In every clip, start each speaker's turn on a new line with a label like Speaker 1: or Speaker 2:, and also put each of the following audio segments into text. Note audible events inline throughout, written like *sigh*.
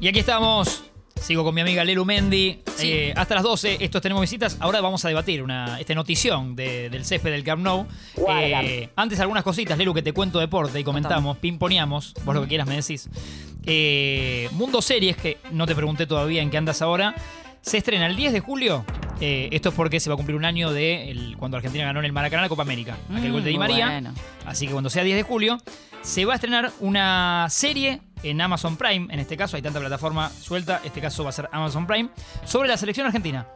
Speaker 1: Y aquí estamos. Sigo con mi amiga Lelu Mendi. Eh, hasta las 12, estos tenemos visitas. Ahora vamos a debatir una, esta notición de- del césped del Camp Nou.
Speaker 2: Guarda.
Speaker 1: Eh, antes algunas cositas, Lelu, que te cuento deporte y comentamos, pimponeamos, vos lo que quieras me decís. Eh, Mundo Series, que no te pregunté todavía en qué andas ahora, se estrena el 10 de julio. Eh, esto es porque se va a cumplir un año de el- cuando Argentina ganó en el Maracaná la Copa América. Aquel
Speaker 3: Mm,
Speaker 1: gol de Di
Speaker 3: muy
Speaker 1: María.
Speaker 3: bueno.
Speaker 1: Así que cuando sea 10 de julio, se va a estrenar una serie en Amazon Prime, en este caso, hay tanta plataforma suelta, este caso va a ser Amazon Prime, sobre la selección argentina.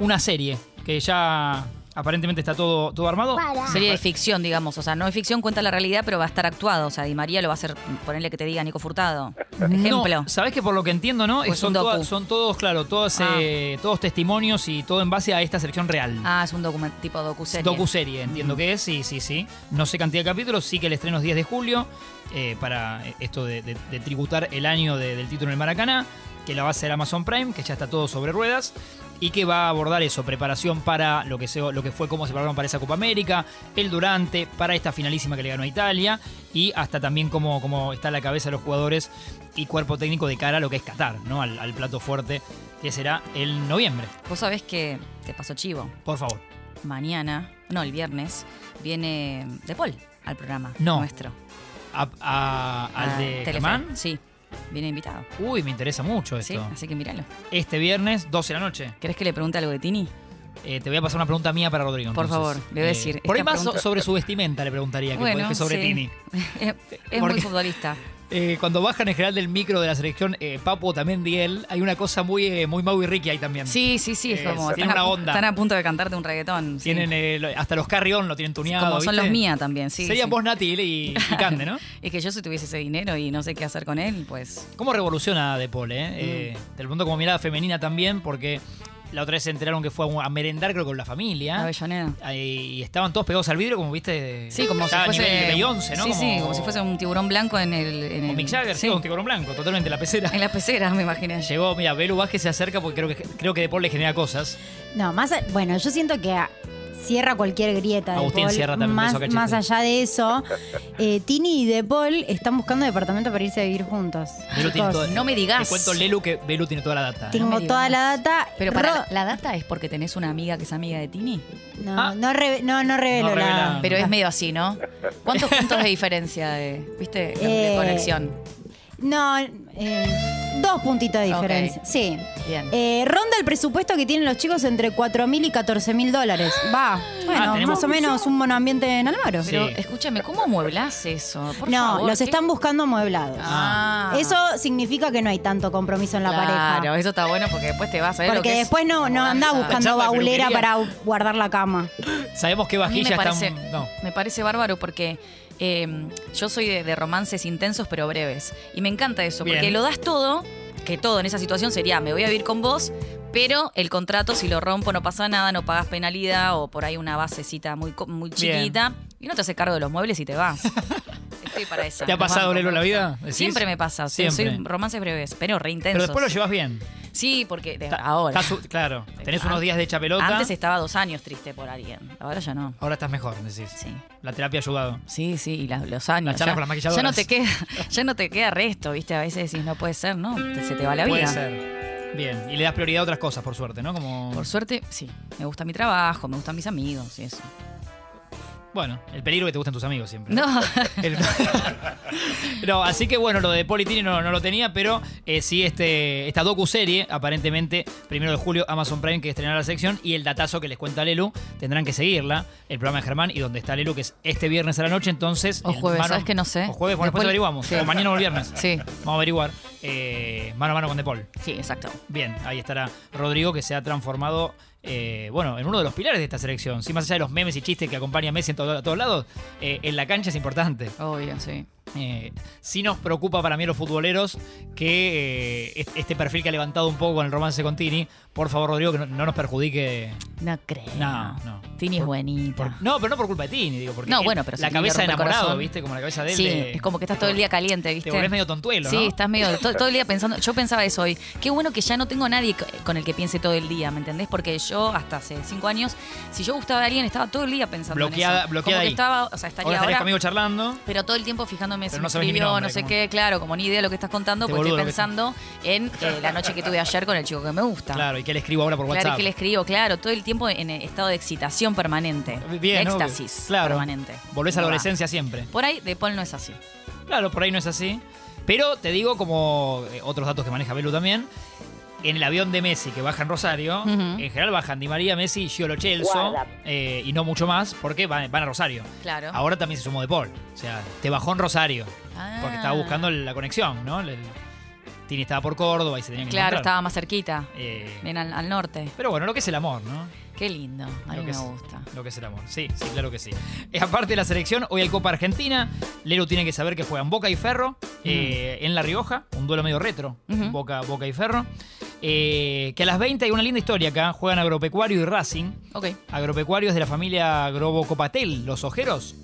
Speaker 1: Una serie que ya aparentemente está todo, todo armado.
Speaker 2: Para.
Speaker 3: Serie de
Speaker 1: Ah,
Speaker 3: ficción, digamos. O sea, no es ficción, cuenta la realidad, pero va a estar actuado. O sea, Di María lo va a hacer, ponerle que te diga Nico Furtado. Ejemplo.
Speaker 1: ¿Sabes que por lo que entiendo, no?
Speaker 3: Pues
Speaker 1: son,
Speaker 3: un docu.
Speaker 1: todas- son todos, claro, todas,
Speaker 3: Ah.
Speaker 1: eh, todos testimonios y todo en base a esta selección real.
Speaker 3: Ah, es un documento tipo docuserie.
Speaker 1: Docuserie, entiendo que es, sí, sí, sí. No sé cantidad de capítulos, sí que el estreno es 10 de julio, eh, para eh, esto de, de- de tributar el año de- del título en el Maracaná, que la va a hacer Amazon Prime, que ya está todo sobre ruedas, y que va a abordar eso, preparación para lo que, se, lo que fue cómo se prepararon para esa Copa América, el durante, para esta finalísima que le ganó a Italia, y hasta también cómo, cómo está la cabeza de los jugadores y cuerpo técnico de cara a lo que es Qatar, ¿no? Al, al plato fuerte que será el noviembre.
Speaker 3: Vos sabés que te pasó chivo.
Speaker 1: Por favor.
Speaker 3: Mañana, no, el viernes, viene De Paul al programa
Speaker 1: No.
Speaker 3: nuestro.
Speaker 1: A- a- ¿Al
Speaker 3: A
Speaker 1: de
Speaker 3: Telefe.
Speaker 1: Germán?
Speaker 3: Sí, viene invitado.
Speaker 1: Uy, me interesa mucho
Speaker 3: Sí,
Speaker 1: esto.
Speaker 3: así que míralo.
Speaker 1: Este viernes, 12 de la noche.
Speaker 3: ¿Querés que le pregunte algo de Tini? *laughs*
Speaker 1: Eh, te voy a pasar una pregunta mía para Rodrigo.
Speaker 3: Por
Speaker 1: entonces. Eh,
Speaker 3: favor, le voy a decir,
Speaker 1: por ahí
Speaker 3: esta
Speaker 1: más so-
Speaker 3: pregunta-
Speaker 1: sobre su vestimenta le preguntaría que, que sobre
Speaker 3: sí.
Speaker 1: Tini.
Speaker 3: es es
Speaker 1: Porque-
Speaker 3: muy futbolista.
Speaker 1: Eh, cuando bajan en general del micro de la selección eh, Papo también Diel, hay una cosa muy, eh, muy Mau y Ricky ahí también.
Speaker 3: Sí, sí, sí, es
Speaker 1: Eh,
Speaker 3: como.
Speaker 1: tiene
Speaker 3: están a
Speaker 1: una
Speaker 3: pu-
Speaker 1: onda.
Speaker 3: Están a punto de cantarte un reggaetón. sí.
Speaker 1: Tienen eh, lo- hasta los carrión lo tienen tuneado.
Speaker 3: Como son
Speaker 1: ¿viste?
Speaker 3: los mía también, sí.
Speaker 1: Serían
Speaker 3: sí.
Speaker 1: vos, Nati y, y
Speaker 3: *laughs*
Speaker 1: Cande, ¿no?
Speaker 3: Es que yo si tuviese ese dinero y no sé qué hacer con él, pues.
Speaker 1: ¿Cómo revoluciona De Paul,
Speaker 3: Mm.
Speaker 1: eh? Eh, te lo pregunto como mirada femenina también, porque la otra vez se enteraron que fue a, un- a merendar, creo, con la familia.
Speaker 3: Avellaneda.
Speaker 1: Ahí- Y estaban todos pegados al vidrio, como viste.
Speaker 3: Sí, como si
Speaker 1: estaba a
Speaker 3: fuese.
Speaker 1: nivel de Beyoncé, ¿no?
Speaker 3: Sí, sí, como si fuese un tiburón blanco en el. En
Speaker 1: Como
Speaker 3: el
Speaker 1: Mick Jagger, sí,
Speaker 3: sí,
Speaker 1: con tiburón blanco, totalmente la pecera.
Speaker 3: en las peceras, me
Speaker 1: *laughs*
Speaker 3: imaginé.
Speaker 1: Llegó, mira, Belu Vázquez se acerca porque creo que, creo que De Paul le genera cosas.
Speaker 2: No, más. a- Bueno, yo siento que a- cierra cualquier grieta. de
Speaker 1: Agustín
Speaker 2: Paul.
Speaker 1: cierra también,
Speaker 2: Más,
Speaker 1: beso cachete.
Speaker 2: más allá de eso, *laughs* eh, Tini y De Paul están buscando departamento para irse a vivir juntos.
Speaker 1: Belu tiene
Speaker 2: Chicos,
Speaker 1: toda-
Speaker 3: no me digas.
Speaker 1: Te cuento, Lelu, que Belu tiene toda la data. ¿eh?
Speaker 3: no
Speaker 2: Tengo
Speaker 3: me
Speaker 2: toda
Speaker 3: digas.
Speaker 2: la data.
Speaker 3: Pero para
Speaker 2: Ro-
Speaker 3: la- la data es porque tenés una amiga que es amiga de Tini.
Speaker 2: No,
Speaker 1: Ah.
Speaker 2: no, reve- no, no revelo
Speaker 1: No
Speaker 2: la-
Speaker 1: revela.
Speaker 3: Pero es medio así, ¿no?
Speaker 1: *laughs*
Speaker 3: ¿Cuántos puntos de diferencia de, viste, de
Speaker 2: Eh,
Speaker 3: conexión?
Speaker 2: No, eh, dos puntitos de
Speaker 3: Ok.
Speaker 2: diferencia. Sí.
Speaker 3: Bien.
Speaker 2: Eh, ronda el presupuesto que tienen los chicos entre 4 mil y 14 mil dólares.
Speaker 1: *gasps*
Speaker 2: Va. Bueno,
Speaker 1: Ah, tenemos-
Speaker 2: más o menos un monoambiente en Almagro.
Speaker 1: Sí.
Speaker 3: Pero escúchame, ¿cómo mueblas eso? Por
Speaker 2: no,
Speaker 3: favor,
Speaker 2: los
Speaker 3: ¿qué-
Speaker 2: están buscando amueblados.
Speaker 3: Ah.
Speaker 2: Eso significa que no hay tanto compromiso en la
Speaker 3: Claro,
Speaker 2: pareja.
Speaker 3: eso está bueno porque después te vas a ver lo
Speaker 2: Porque
Speaker 3: que es
Speaker 2: después no, no anda
Speaker 3: mudanza.
Speaker 2: buscando
Speaker 1: Charla de
Speaker 2: baulera
Speaker 1: peluquería.
Speaker 2: para guardar la cama.
Speaker 1: Sabemos que
Speaker 3: A mí
Speaker 1: vajilla
Speaker 3: me
Speaker 1: está.
Speaker 3: parece,
Speaker 1: un- No.
Speaker 3: me parece bárbaro porque eh, yo soy de, de romances intensos pero breves. Y me encanta eso,
Speaker 1: Bien.
Speaker 3: porque lo das todo, que todo en esa situación sería, me voy a vivir con vos, pero el contrato, si lo rompo, no pasa nada, no pagas penalidad o por ahí una basecita muy, co- muy
Speaker 1: Bien.
Speaker 3: chiquita. Y no te hace cargo de los muebles y te
Speaker 1: *laughs*
Speaker 3: vas. Estoy para eso.
Speaker 1: ¿Te ha pasado, Lelo, en la vida? ¿Decís?
Speaker 3: Siempre me pasa. o sea,
Speaker 1: Siempre.
Speaker 3: Soy romances breves, pero re intensos.
Speaker 1: Pero después lo llevas bien.
Speaker 3: Sí, porque de-
Speaker 1: Está-
Speaker 3: Eh, ahora. Ah.
Speaker 1: está su- claro, tenés unos días de chapelota.
Speaker 3: Antes estaba dos años triste por alguien. Ahora ya no.
Speaker 1: Ahora estás mejor, decís.
Speaker 3: Sí.
Speaker 1: La terapia ha ayudado.
Speaker 3: Sí, sí, y la- los años.
Speaker 1: Las charlas
Speaker 3: ya,
Speaker 1: con las maquilladoras.
Speaker 3: ya no te queda, ya no te queda resto, viste, a veces decís no puede ser, ¿no? Te- se te va la vida.
Speaker 1: Puede ser. Bien. Y le das prioridad a otras cosas, por suerte, ¿no? Como.
Speaker 3: Por suerte, sí. Me gusta mi trabajo, me gustan mis amigos y eso.
Speaker 1: Bueno, el peligro que te gusten tus amigos siempre.
Speaker 3: No, *laughs*
Speaker 1: El- *laughs* no, así que bueno, lo de Politini no, no lo tenía, pero eh, sí este, esta docu-serie, aparentemente, primero de julio, Amazon Prime, que estrenará la sección, y el datazo que les cuenta Lelu, tendrán que seguirla, el programa de Germán, y donde está Lelu, que es este viernes a la noche, entonces...
Speaker 3: O
Speaker 1: eh,
Speaker 3: jueves, ¿sabes que no sé?
Speaker 1: O jueves, bueno, después
Speaker 3: Después-
Speaker 1: averiguamos,
Speaker 3: sí.
Speaker 1: o mañana o el viernes.
Speaker 3: sí.
Speaker 1: Vamos a averiguar, eh, mano a mano con De Paul.
Speaker 3: Sí, exacto.
Speaker 1: Bien, ahí estará Rodrigo que se ha transformado, eh, bueno, en uno de los pilares de esta selección. Sí, más allá de los memes y chistes que acompaña a Messi en todo- a todos lados, eh, en la cancha es importante.
Speaker 3: Obvio, sí.
Speaker 1: Eh, sí nos preocupa para mí a los futboleros que eh, est- este perfil que ha levantado un poco con el romance con Tini, por favor Rodrigo, que no, no nos perjudique.
Speaker 3: No creo.
Speaker 1: No, no.
Speaker 3: Tini es buenita.
Speaker 1: Por- no, pero no por culpa de Tini, digo, porque
Speaker 3: No,
Speaker 1: él-
Speaker 3: bueno, pero si
Speaker 1: la
Speaker 3: Tini le
Speaker 1: cabeza de
Speaker 3: rompe el
Speaker 1: enamorado,
Speaker 3: corazón.
Speaker 1: ¿viste? Como la cabeza de él.
Speaker 3: sí,
Speaker 1: de-
Speaker 3: es como que estás todo el día caliente,
Speaker 1: Te
Speaker 3: ¿viste?
Speaker 1: volvés medio tontuelo, ¿no?
Speaker 3: Sí, estás medio to- todo el día pensando. Yo pensaba eso hoy. Qué bueno que ya no tengo a nadie co- con el que piense todo el día, ¿me entendés? Porque yo, hasta hace cinco años, si yo gustaba de alguien, estaba todo el día pensando en
Speaker 1: Bloqueada-
Speaker 3: eso.
Speaker 1: bloqueada
Speaker 3: Como que
Speaker 1: ahí.
Speaker 3: estaba, o sea,
Speaker 1: Ahora
Speaker 3: estaría
Speaker 1: estarías
Speaker 3: ahora,
Speaker 1: conmigo charlando.
Speaker 3: pero todo el tiempo fijándome si
Speaker 1: Pero no sabés ni mi
Speaker 3: escribió,
Speaker 1: nombre,
Speaker 3: no sé
Speaker 1: como-
Speaker 3: qué, claro, como ni idea de lo que estás contando,
Speaker 1: Este
Speaker 3: porque estoy
Speaker 1: boludo que-
Speaker 3: pensando en eh, la noche que tuve ayer con el chico que me gusta.
Speaker 1: Claro, ¿y qué le escribo ahora por
Speaker 3: Claro,
Speaker 1: WhatsApp?
Speaker 3: que le escribo, claro, todo el tiempo en eh, estado de excitación permanente.
Speaker 1: Bien, obvio.
Speaker 3: éxtasis
Speaker 1: Claro.
Speaker 3: permanente.
Speaker 1: Volvés a la
Speaker 3: No va.
Speaker 1: adolescencia siempre.
Speaker 3: Por ahí, De Paul no es así.
Speaker 1: Claro, por ahí no es así. Pero te digo, como eh, otros datos que maneja Belu también, en el avión de Messi que baja en Rosario,
Speaker 3: Ujú.
Speaker 1: en general bajan Di María, Messi, Giolo Chelso
Speaker 4: Guarda.
Speaker 1: eh, y no mucho más, porque van, van a Rosario.
Speaker 3: Claro.
Speaker 1: Ahora también se sumó De Paul. O sea, te bajó en Rosario, porque estaba
Speaker 3: Ah.
Speaker 1: buscando la conexión, ¿no? El- el- Tini estaba por Córdoba y se tenía que
Speaker 3: Claro,
Speaker 1: encontrar.
Speaker 3: estaba más cerquita.
Speaker 1: Eh,
Speaker 3: Bien al, al norte.
Speaker 1: pero bueno, lo que es el amor, ¿no?
Speaker 3: Qué lindo. A mí
Speaker 1: Lo que
Speaker 3: me
Speaker 1: es-
Speaker 3: gusta.
Speaker 1: Lo que es el amor. Sí, sí, claro que sí. Eh, aparte de la selección, hoy hay Copa Argentina. Lero tiene que saber que juegan Boca y Ferro eh, en La Rioja. Un duelo medio retro.
Speaker 3: Ujú.
Speaker 1: Boca, Boca y Ferro. Eh, que a las 20 hay una linda historia acá. Juegan Agropecuario y Racing.
Speaker 3: Ok.
Speaker 1: Agropecuarios de la familia Grobo Copatel, los ojeros.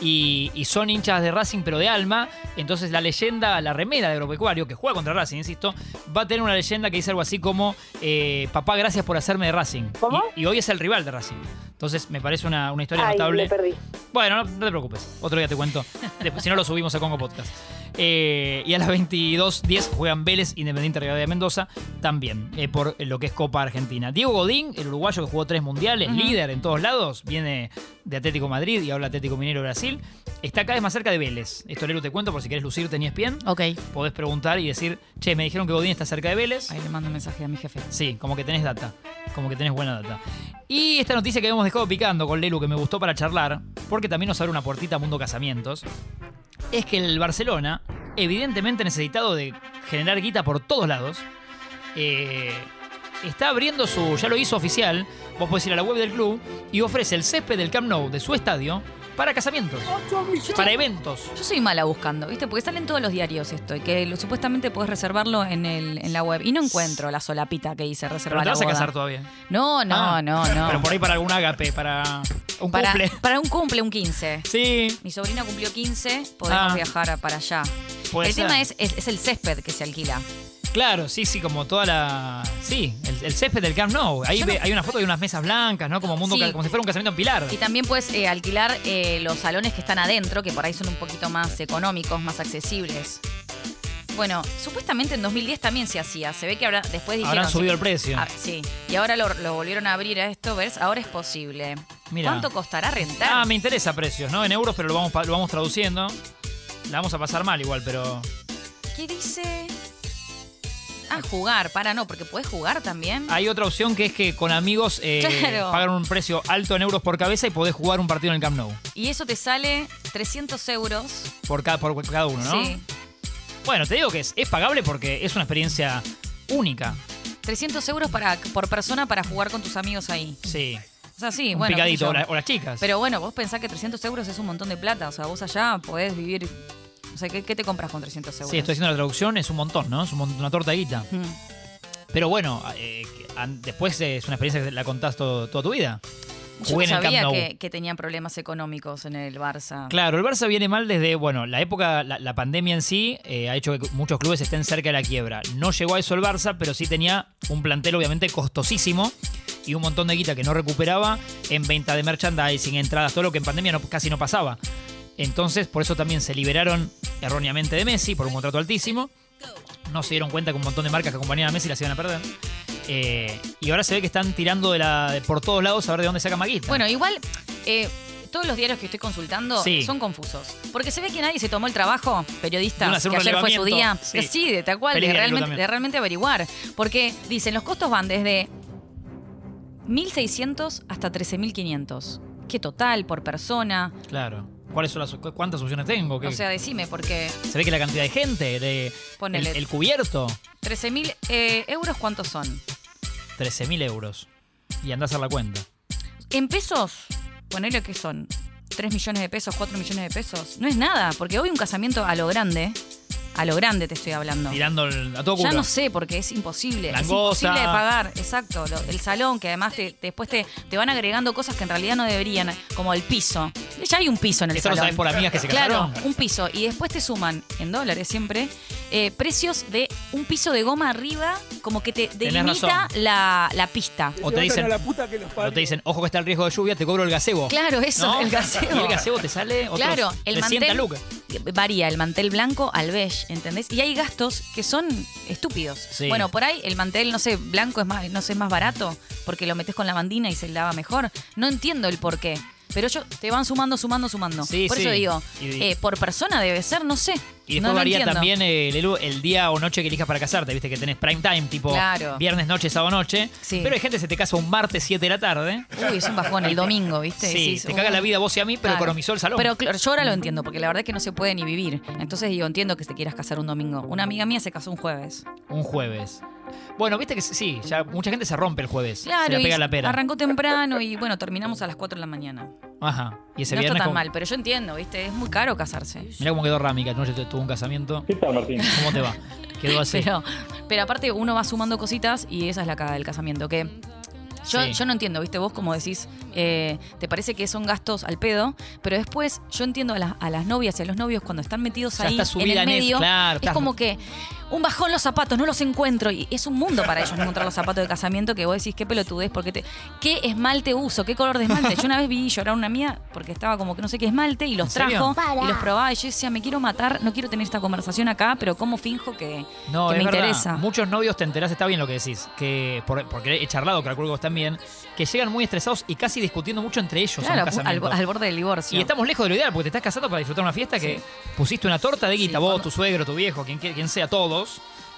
Speaker 1: Y, y son hinchas de Racing, pero de alma. Entonces, la leyenda, la remera de Agropecuario, que juega contra Racing, insisto, va a tener una leyenda que dice algo así como: eh, Papá, gracias por hacerme de Racing.
Speaker 4: ¿Cómo?
Speaker 1: Y, y hoy es el rival de Racing. Entonces, me parece una, una historia
Speaker 4: Ay,
Speaker 1: notable.
Speaker 4: me perdí.
Speaker 1: Bueno, no, no te preocupes. Otro día te cuento. *laughs* Después, si no, lo subimos a Congo Podcast. Eh, y a las 22.10 juegan Vélez Independiente Rivadavia de Mendoza también eh, por lo que es Copa Argentina. Diego Godín, el uruguayo que jugó tres mundiales,
Speaker 3: Ujú.
Speaker 1: líder en todos lados, viene de Atlético Madrid y ahora Atlético Minero de Brasil, está cada vez más cerca de Vélez. Esto, Lero, te cuento por si querés lucirte en E ESPN.
Speaker 3: Ok. Ahí
Speaker 1: Podés preguntar y decir, che, me dijeron que Godín está cerca de Vélez.
Speaker 3: le mando un mensaje a mi jefe.
Speaker 1: Sí, como que tenés data. Como que tenés buena data. Y esta noticia que habíamos dejado picando con Lelu, que me gustó para charlar, porque también nos abre una puertita a Mundo Casamientos, es que el Barcelona, evidentemente necesitado de generar guita por todos lados, eh, está abriendo su. Ya lo hizo oficial. Vos podés ir a la web del club y ofrece el césped del Camp Nou de su estadio para casamientos, para eventos.
Speaker 3: Yo soy mala buscando, ¿viste? Porque salen todos los diarios esto y que lo- supuestamente puedes reservarlo en, el, en la web. Y no encuentro la solapita que dice
Speaker 1: Pero no
Speaker 3: reservar
Speaker 1: te
Speaker 3: la
Speaker 1: vas a
Speaker 3: boda.
Speaker 1: casar todavía.
Speaker 3: No, no,
Speaker 1: Ah, *laughs*
Speaker 3: no, no.
Speaker 1: Pero por ahí para algún agape, para un
Speaker 3: para,
Speaker 1: cumple. *laughs*
Speaker 3: para un cumple, un 15.
Speaker 1: Sí,
Speaker 3: Mi sobrina cumplió 15, podemos
Speaker 1: Ah.
Speaker 3: viajar a- para allá.
Speaker 1: puede
Speaker 3: el
Speaker 1: ser.
Speaker 3: tema es, es, es el césped que se alquila.
Speaker 1: Claro, sí, sí, como toda la. Sí, el, el césped del Camp Nou. Ahí
Speaker 3: Yo
Speaker 1: ve-
Speaker 3: no-
Speaker 1: hay una foto de unas mesas blancas, ¿no? Como mundo
Speaker 3: Sí.
Speaker 1: ca- como si fuera un casamiento en Pilar.
Speaker 3: Y también puedes eh, alquilar eh, los salones que están adentro, que por ahí son un poquito más económicos, más accesibles. Bueno, supuestamente en 2010 también se hacía. Se ve que ahora después dijeron...
Speaker 1: Habrán subido el precio.
Speaker 3: Ah, sí. Y ahora lo, lo volvieron a abrir a esto, ¿ves? Ahora es posible.
Speaker 1: Mira.
Speaker 3: ¿Cuánto costará rentar?
Speaker 1: Ah, me interesa precios, ¿no? En euros, pero lo vamos, pa- lo vamos traduciendo. La vamos a pasar mal igual, pero.
Speaker 3: ¿Qué dice? Ah, jugar. Para, no, porque puedes jugar también.
Speaker 1: Hay otra opción que es que con amigos eh,
Speaker 3: Claro.
Speaker 1: pagan un precio alto en euros por cabeza y podés jugar un partido en el Camp Nou.
Speaker 3: Y eso te sale 300 euros.
Speaker 1: Por cada, por cada uno, ¿no?
Speaker 3: Sí.
Speaker 1: Bueno, te digo que es, es pagable porque es una experiencia única.
Speaker 3: 300 euros para, por persona para jugar con tus amigos ahí.
Speaker 1: Sí.
Speaker 3: O sea, sí,
Speaker 1: un
Speaker 3: bueno. qué sé
Speaker 1: picadito,
Speaker 3: yo.
Speaker 1: o, la- o las chicas.
Speaker 3: Pero bueno, vos pensás que 300 euros es un montón de plata. O sea, vos allá podés vivir. O sea, ¿qué, qué te compras con 300 euros?
Speaker 1: sí, estoy haciendo la traducción, es un montón, ¿no? Es un mon- una torta de guita.
Speaker 3: Mm.
Speaker 1: Pero bueno, eh, que an- después eh, es una experiencia que la contás todo- toda tu vida.
Speaker 3: Yo
Speaker 1: Jugué
Speaker 3: no
Speaker 1: en el
Speaker 3: sabía
Speaker 1: Camp Nou.
Speaker 3: que, que tenían problemas económicos en el Barça.
Speaker 1: Claro, el Barça viene mal desde, bueno, la época, la, la pandemia en sí eh, ha hecho que muchos clubes estén cerca de la quiebra. No llegó a eso el Barça, pero sí tenía un plantel obviamente costosísimo y un montón de guita que no recuperaba en venta de merchandising, entradas, todo lo que en pandemia no- casi no pasaba. Entonces, por eso también se liberaron erróneamente de Messi por un contrato altísimo. No se dieron cuenta que un montón de marcas que acompañaban a Messi las iban a perder. Eh, y ahora se ve que están tirando de la, de por todos lados a ver de dónde saca Maguita.
Speaker 3: Bueno, igual, eh, todos los diarios que estoy consultando
Speaker 1: Sí.
Speaker 3: son confusos. Porque se ve que nadie se tomó el trabajo,
Speaker 1: De
Speaker 3: periodistas,
Speaker 1: hacer
Speaker 3: que
Speaker 1: un
Speaker 3: ayer fue su día,
Speaker 1: relevamiento.
Speaker 3: sí.
Speaker 1: Sí.
Speaker 3: de tal cual,
Speaker 1: Feliz
Speaker 3: de
Speaker 1: día, Lu,
Speaker 3: realmente,
Speaker 1: también.
Speaker 3: de realmente averiguar. Porque dicen, los costos van desde 1.600 hasta 13.500. ¿Qué total por persona?
Speaker 1: Claro. ¿Cuáles son las, cu- ¿Cuántas opciones tengo? ¿Qué-
Speaker 3: O sea, decime, porque
Speaker 1: Se ve que la cantidad de gente, de el,
Speaker 3: ponele
Speaker 1: el cubierto,
Speaker 3: 13.000 eh, euros, ¿cuántos son?
Speaker 1: 13.000 euros. Y andás a hacer la cuenta.
Speaker 3: En pesos, ponele que son 3 millones de pesos, 4 millones de pesos. No es nada, porque hoy un casamiento a lo grande, A lo grande te estoy hablando.
Speaker 1: Tirando el- a todo culo.
Speaker 3: Ya no sé, porque es imposible. Es
Speaker 1: Langosta.
Speaker 3: imposible de pagar, exacto. lo- el salón, que además te- te- después te, te van agregando cosas que en realidad no deberían, como el piso. Ya hay un piso en el
Speaker 1: Esto lo
Speaker 3: salón.
Speaker 1: sabes por amigas que se
Speaker 3: Claro,
Speaker 1: casaron.
Speaker 3: un piso. Y después te suman, en dólares siempre, eh, precios de un piso de goma arriba, como que te delimita
Speaker 1: razón.
Speaker 3: la, la pista.
Speaker 1: O te dicen,
Speaker 4: a la puta que los
Speaker 1: o te dicen, ojo que está el riesgo de lluvia, te cobro el gasebo.
Speaker 3: Claro, eso,
Speaker 1: ¿No? *laughs*
Speaker 3: el gaseo.
Speaker 1: Y el gasebo te sale otros
Speaker 3: Claro, el
Speaker 1: 300
Speaker 3: mantel
Speaker 1: lucas.
Speaker 3: varía el mantel blanco al beige, ¿entendés? Y hay gastos que son estúpidos.
Speaker 1: Sí.
Speaker 3: Bueno, por ahí el mantel, no sé, blanco es más, no sé, es más barato porque lo metes con la bandina y se lava mejor. No entiendo el por qué. Pero yo te van sumando, sumando, sumando.
Speaker 1: Sí,
Speaker 3: por
Speaker 1: sí.
Speaker 3: eso digo,
Speaker 1: Y-
Speaker 3: eh, por persona debe ser, no sé.
Speaker 1: Y después
Speaker 3: no, lo
Speaker 1: varía
Speaker 3: entiendo.
Speaker 1: también eh, Lelu, el día o noche que elijas para casarte. Viste que tenés prime time, tipo
Speaker 3: Claro.
Speaker 1: viernes, noche, sábado, noche.
Speaker 3: Sí.
Speaker 1: Pero hay gente que se te casa un martes 7 de la tarde.
Speaker 3: Uy, es un bajón el domingo, ¿viste?
Speaker 1: Sí,
Speaker 3: Decís,
Speaker 1: te caga
Speaker 3: "Uy".
Speaker 1: la vida a vos y a mí, pero
Speaker 3: Claro.
Speaker 1: economizó el salón.
Speaker 3: Pero claro, yo ahora lo entiendo, porque la verdad es que no se puede ni vivir. Entonces yo entiendo que te quieras casar un domingo. Una amiga mía se casó un jueves.
Speaker 1: Un jueves. Bueno, viste que sí, ya mucha gente se rompe el jueves. se
Speaker 3: Claro,
Speaker 1: le
Speaker 3: y
Speaker 1: pega la pera.
Speaker 3: arrancó temprano y bueno, terminamos a las 4 de la mañana.
Speaker 1: Ajá. Y ese
Speaker 3: no está
Speaker 1: viernes.
Speaker 3: tan
Speaker 1: como-
Speaker 3: mal, pero yo entiendo, ¿viste? Es muy caro casarse.
Speaker 1: Mirá cómo quedó Rámica. Anoche tu- tuvo un casamiento.
Speaker 4: ¿Qué tal, Martín?
Speaker 1: ¿Cómo te va? Quedó así.
Speaker 3: *laughs* Pero, pero aparte uno va sumando cositas y esa es la cara del casamiento, que yo,
Speaker 1: Sí.
Speaker 3: yo no entiendo, ¿viste? Vos como decís, eh, te parece que son gastos al pedo, pero después yo entiendo a, las- a las novias y a los novios cuando están metidos
Speaker 1: Ya
Speaker 3: ahí
Speaker 1: está
Speaker 3: en
Speaker 1: subida en
Speaker 3: el
Speaker 1: eso,
Speaker 3: medio,
Speaker 1: claro,
Speaker 3: es
Speaker 1: estás-
Speaker 3: como que un bajón los zapatos, no los encuentro y es un mundo para ellos no encontrar los zapatos de casamiento que vos decís, qué pelotudez, porque te, qué esmalte uso, qué color de esmalte. Yo una vez vi llorar a una mía porque estaba como que no sé qué esmalte y los
Speaker 1: ¿En serio?
Speaker 3: trajo y los probaba y yo decía, me quiero matar, no quiero tener esta conversación acá, pero cómo finjo que,
Speaker 1: No, es
Speaker 3: que me
Speaker 1: verdad.
Speaker 3: interesa.
Speaker 1: Muchos novios te enterás, está bien lo que decís, que por- porque he charlado, calculo que vos también, que llegan muy estresados y casi discutiendo mucho entre ellos en un
Speaker 3: Claro, al,
Speaker 1: casamiento.
Speaker 3: al borde del divorcio.
Speaker 1: Y estamos lejos de lo ideal, porque te estás casando para disfrutar una fiesta que pusiste una torta de guita,
Speaker 3: Sí,
Speaker 1: vos,
Speaker 3: cuando-
Speaker 1: tu suegro, tu viejo, quien, quien sea, todos,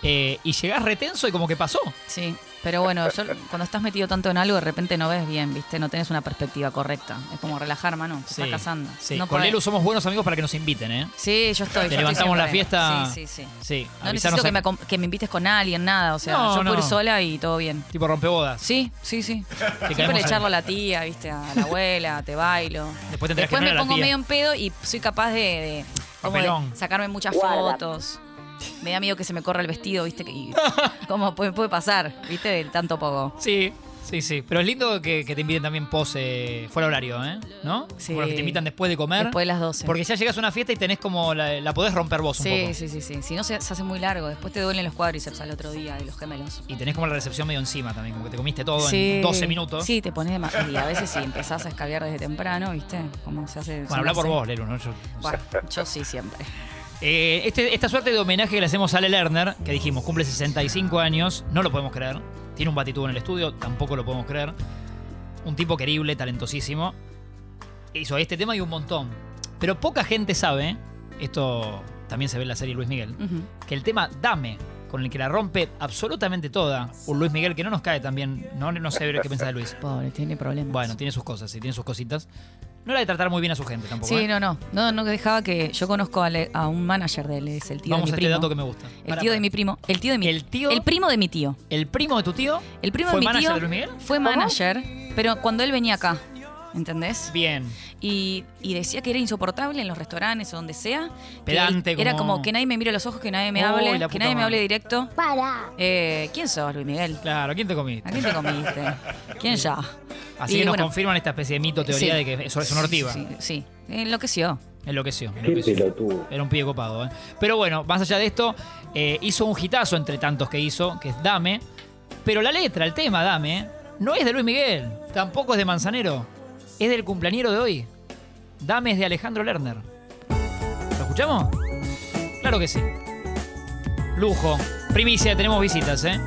Speaker 1: eh, y llegás retenso y como que pasó.
Speaker 3: Sí, pero bueno, yo- cuando estás metido tanto en algo, de repente no ves bien, ¿viste? No tenés una perspectiva correcta. Es como relajar, mano. Te
Speaker 1: Sí,
Speaker 3: estás casando.
Speaker 1: sí.
Speaker 3: No
Speaker 1: Con
Speaker 3: podés.
Speaker 1: Lelu somos buenos amigos para que nos inviten, ¿eh?
Speaker 3: Sí, yo estoy.
Speaker 1: Te
Speaker 3: yo estoy
Speaker 1: levantamos la
Speaker 3: siempre.
Speaker 1: fiesta.
Speaker 3: Sí, sí, sí.
Speaker 1: Sí,
Speaker 3: No
Speaker 1: avisanos
Speaker 3: necesito que
Speaker 1: a-
Speaker 3: me, acom- que me invites con alguien, nada. O sea,
Speaker 1: No,
Speaker 3: yo puedo ir
Speaker 1: no.
Speaker 3: sola y todo bien.
Speaker 1: Tipo rompebodas.
Speaker 3: Sí, sí, sí. Siempre
Speaker 1: caemos
Speaker 3: le
Speaker 1: ahí.
Speaker 3: charlo a la tía, ¿viste? A la abuela, te bailo.
Speaker 1: Después te enterás que
Speaker 3: Después
Speaker 1: no
Speaker 3: me
Speaker 1: era la
Speaker 3: pongo
Speaker 1: tía.
Speaker 3: medio en pedo y soy capaz de, de- como de
Speaker 1: Papelón.
Speaker 3: sacarme muchas fotos. Me da miedo que se me corra el vestido, ¿viste?
Speaker 1: *laughs*
Speaker 3: Y, como puede, puede pasar, ¿viste? Del tanto poco.
Speaker 1: Sí, sí, sí. Pero es lindo que, que te inviten también pos eh, fuera de horario, ¿eh? ¿No?
Speaker 3: Sí.
Speaker 1: Como los que te invitan después de comer.
Speaker 3: Después de las 12.
Speaker 1: Porque ya llegas a una fiesta y tenés como la, la podés romper vos un
Speaker 3: sí,
Speaker 1: poco.
Speaker 3: sí, sí, sí. Si no, se, se hace muy largo. Después te duelen los cuádriceps al otro día de los gemelos.
Speaker 1: Y tenés como la recepción medio encima también, como que te comiste todo
Speaker 3: Sí.
Speaker 1: en 12 minutos.
Speaker 3: Sí, te pones de más. Y a veces si empezás a escabear desde temprano, ¿viste? Como se hace. se
Speaker 1: Bueno, habla por
Speaker 3: hace-
Speaker 1: vos, Lelu, ¿no? Yo no sé.
Speaker 3: Bueno, yo sí siempre.
Speaker 1: Eh, este- esta suerte de homenaje que le hacemos a Ale Lerner, que dijimos cumple 65 años, no lo podemos creer. Tiene un batitudo en el estudio, tampoco lo podemos creer. Un tipo querible, talentosísimo. Hizo este tema y un montón. Pero poca gente sabe, esto también se ve en la serie Luis Miguel,
Speaker 3: Ujú.
Speaker 1: que el tema Dame, con el que la rompe absolutamente toda, un Luis Miguel que no nos cae también, no, no sé qué piensa de Luis.
Speaker 3: Pobre, tiene problemas.
Speaker 1: Bueno, tiene sus cosas, sí, tiene sus cositas. No era de tratar muy bien a su gente tampoco.
Speaker 3: Sí,
Speaker 1: ¿eh?
Speaker 3: no, no. No, no dejaba que. Yo conozco a, le- a un manager de él, es el tío
Speaker 1: Vamos a
Speaker 3: de mi
Speaker 1: este
Speaker 3: primo.
Speaker 1: dato que me gusta.
Speaker 3: El
Speaker 1: Pará,
Speaker 3: tío de
Speaker 1: pará.
Speaker 3: mi primo. El tío de mi
Speaker 1: ¿El tío?
Speaker 3: El primo de mi tío.
Speaker 1: ¿El primo de tu tío?
Speaker 3: El primo
Speaker 1: ¿Fue
Speaker 3: de mi
Speaker 1: manager
Speaker 3: tío
Speaker 1: de Luis Miguel?
Speaker 3: fue manager, pero cuando él venía acá, ¿entendés?
Speaker 1: Bien.
Speaker 3: Y, y decía que era insoportable en los restaurantes o donde sea. que
Speaker 1: Pedante,
Speaker 3: él- Era
Speaker 1: como-
Speaker 3: como que nadie me mire a los ojos, que nadie me
Speaker 1: Uy,
Speaker 3: hable,
Speaker 1: la
Speaker 3: que
Speaker 1: puta
Speaker 3: nadie me
Speaker 1: madre.
Speaker 3: hable directo. ¡Para! ¿Quién sos, Luis Miguel?
Speaker 1: Claro, ¿quién te comiste?
Speaker 3: ¿A quién te comiste? ¿Quién ya?
Speaker 1: Así
Speaker 3: Ah, Y
Speaker 1: que nos
Speaker 3: bueno,
Speaker 1: confirman esta especie de mito teoría de
Speaker 3: sí.
Speaker 1: que eso es una ortiva.
Speaker 3: Sí, sí, sí. enloqueció.
Speaker 1: Enloqueció.
Speaker 4: Qué
Speaker 1: enloqueció.
Speaker 4: pelotudo.
Speaker 1: Era un pibe copado, ¿eh? Pero bueno, más allá de esto, eh, hizo un hitazo entre tantos que hizo, que es Dame. Pero la letra, el tema Dame, no es de Luis Miguel, tampoco es de Manzanero. Es del cumpleañero de hoy. Dame es de Alejandro Lerner. ¿Lo escuchamos? Claro que sí. Lujo. Primicia, tenemos visitas, ¿eh?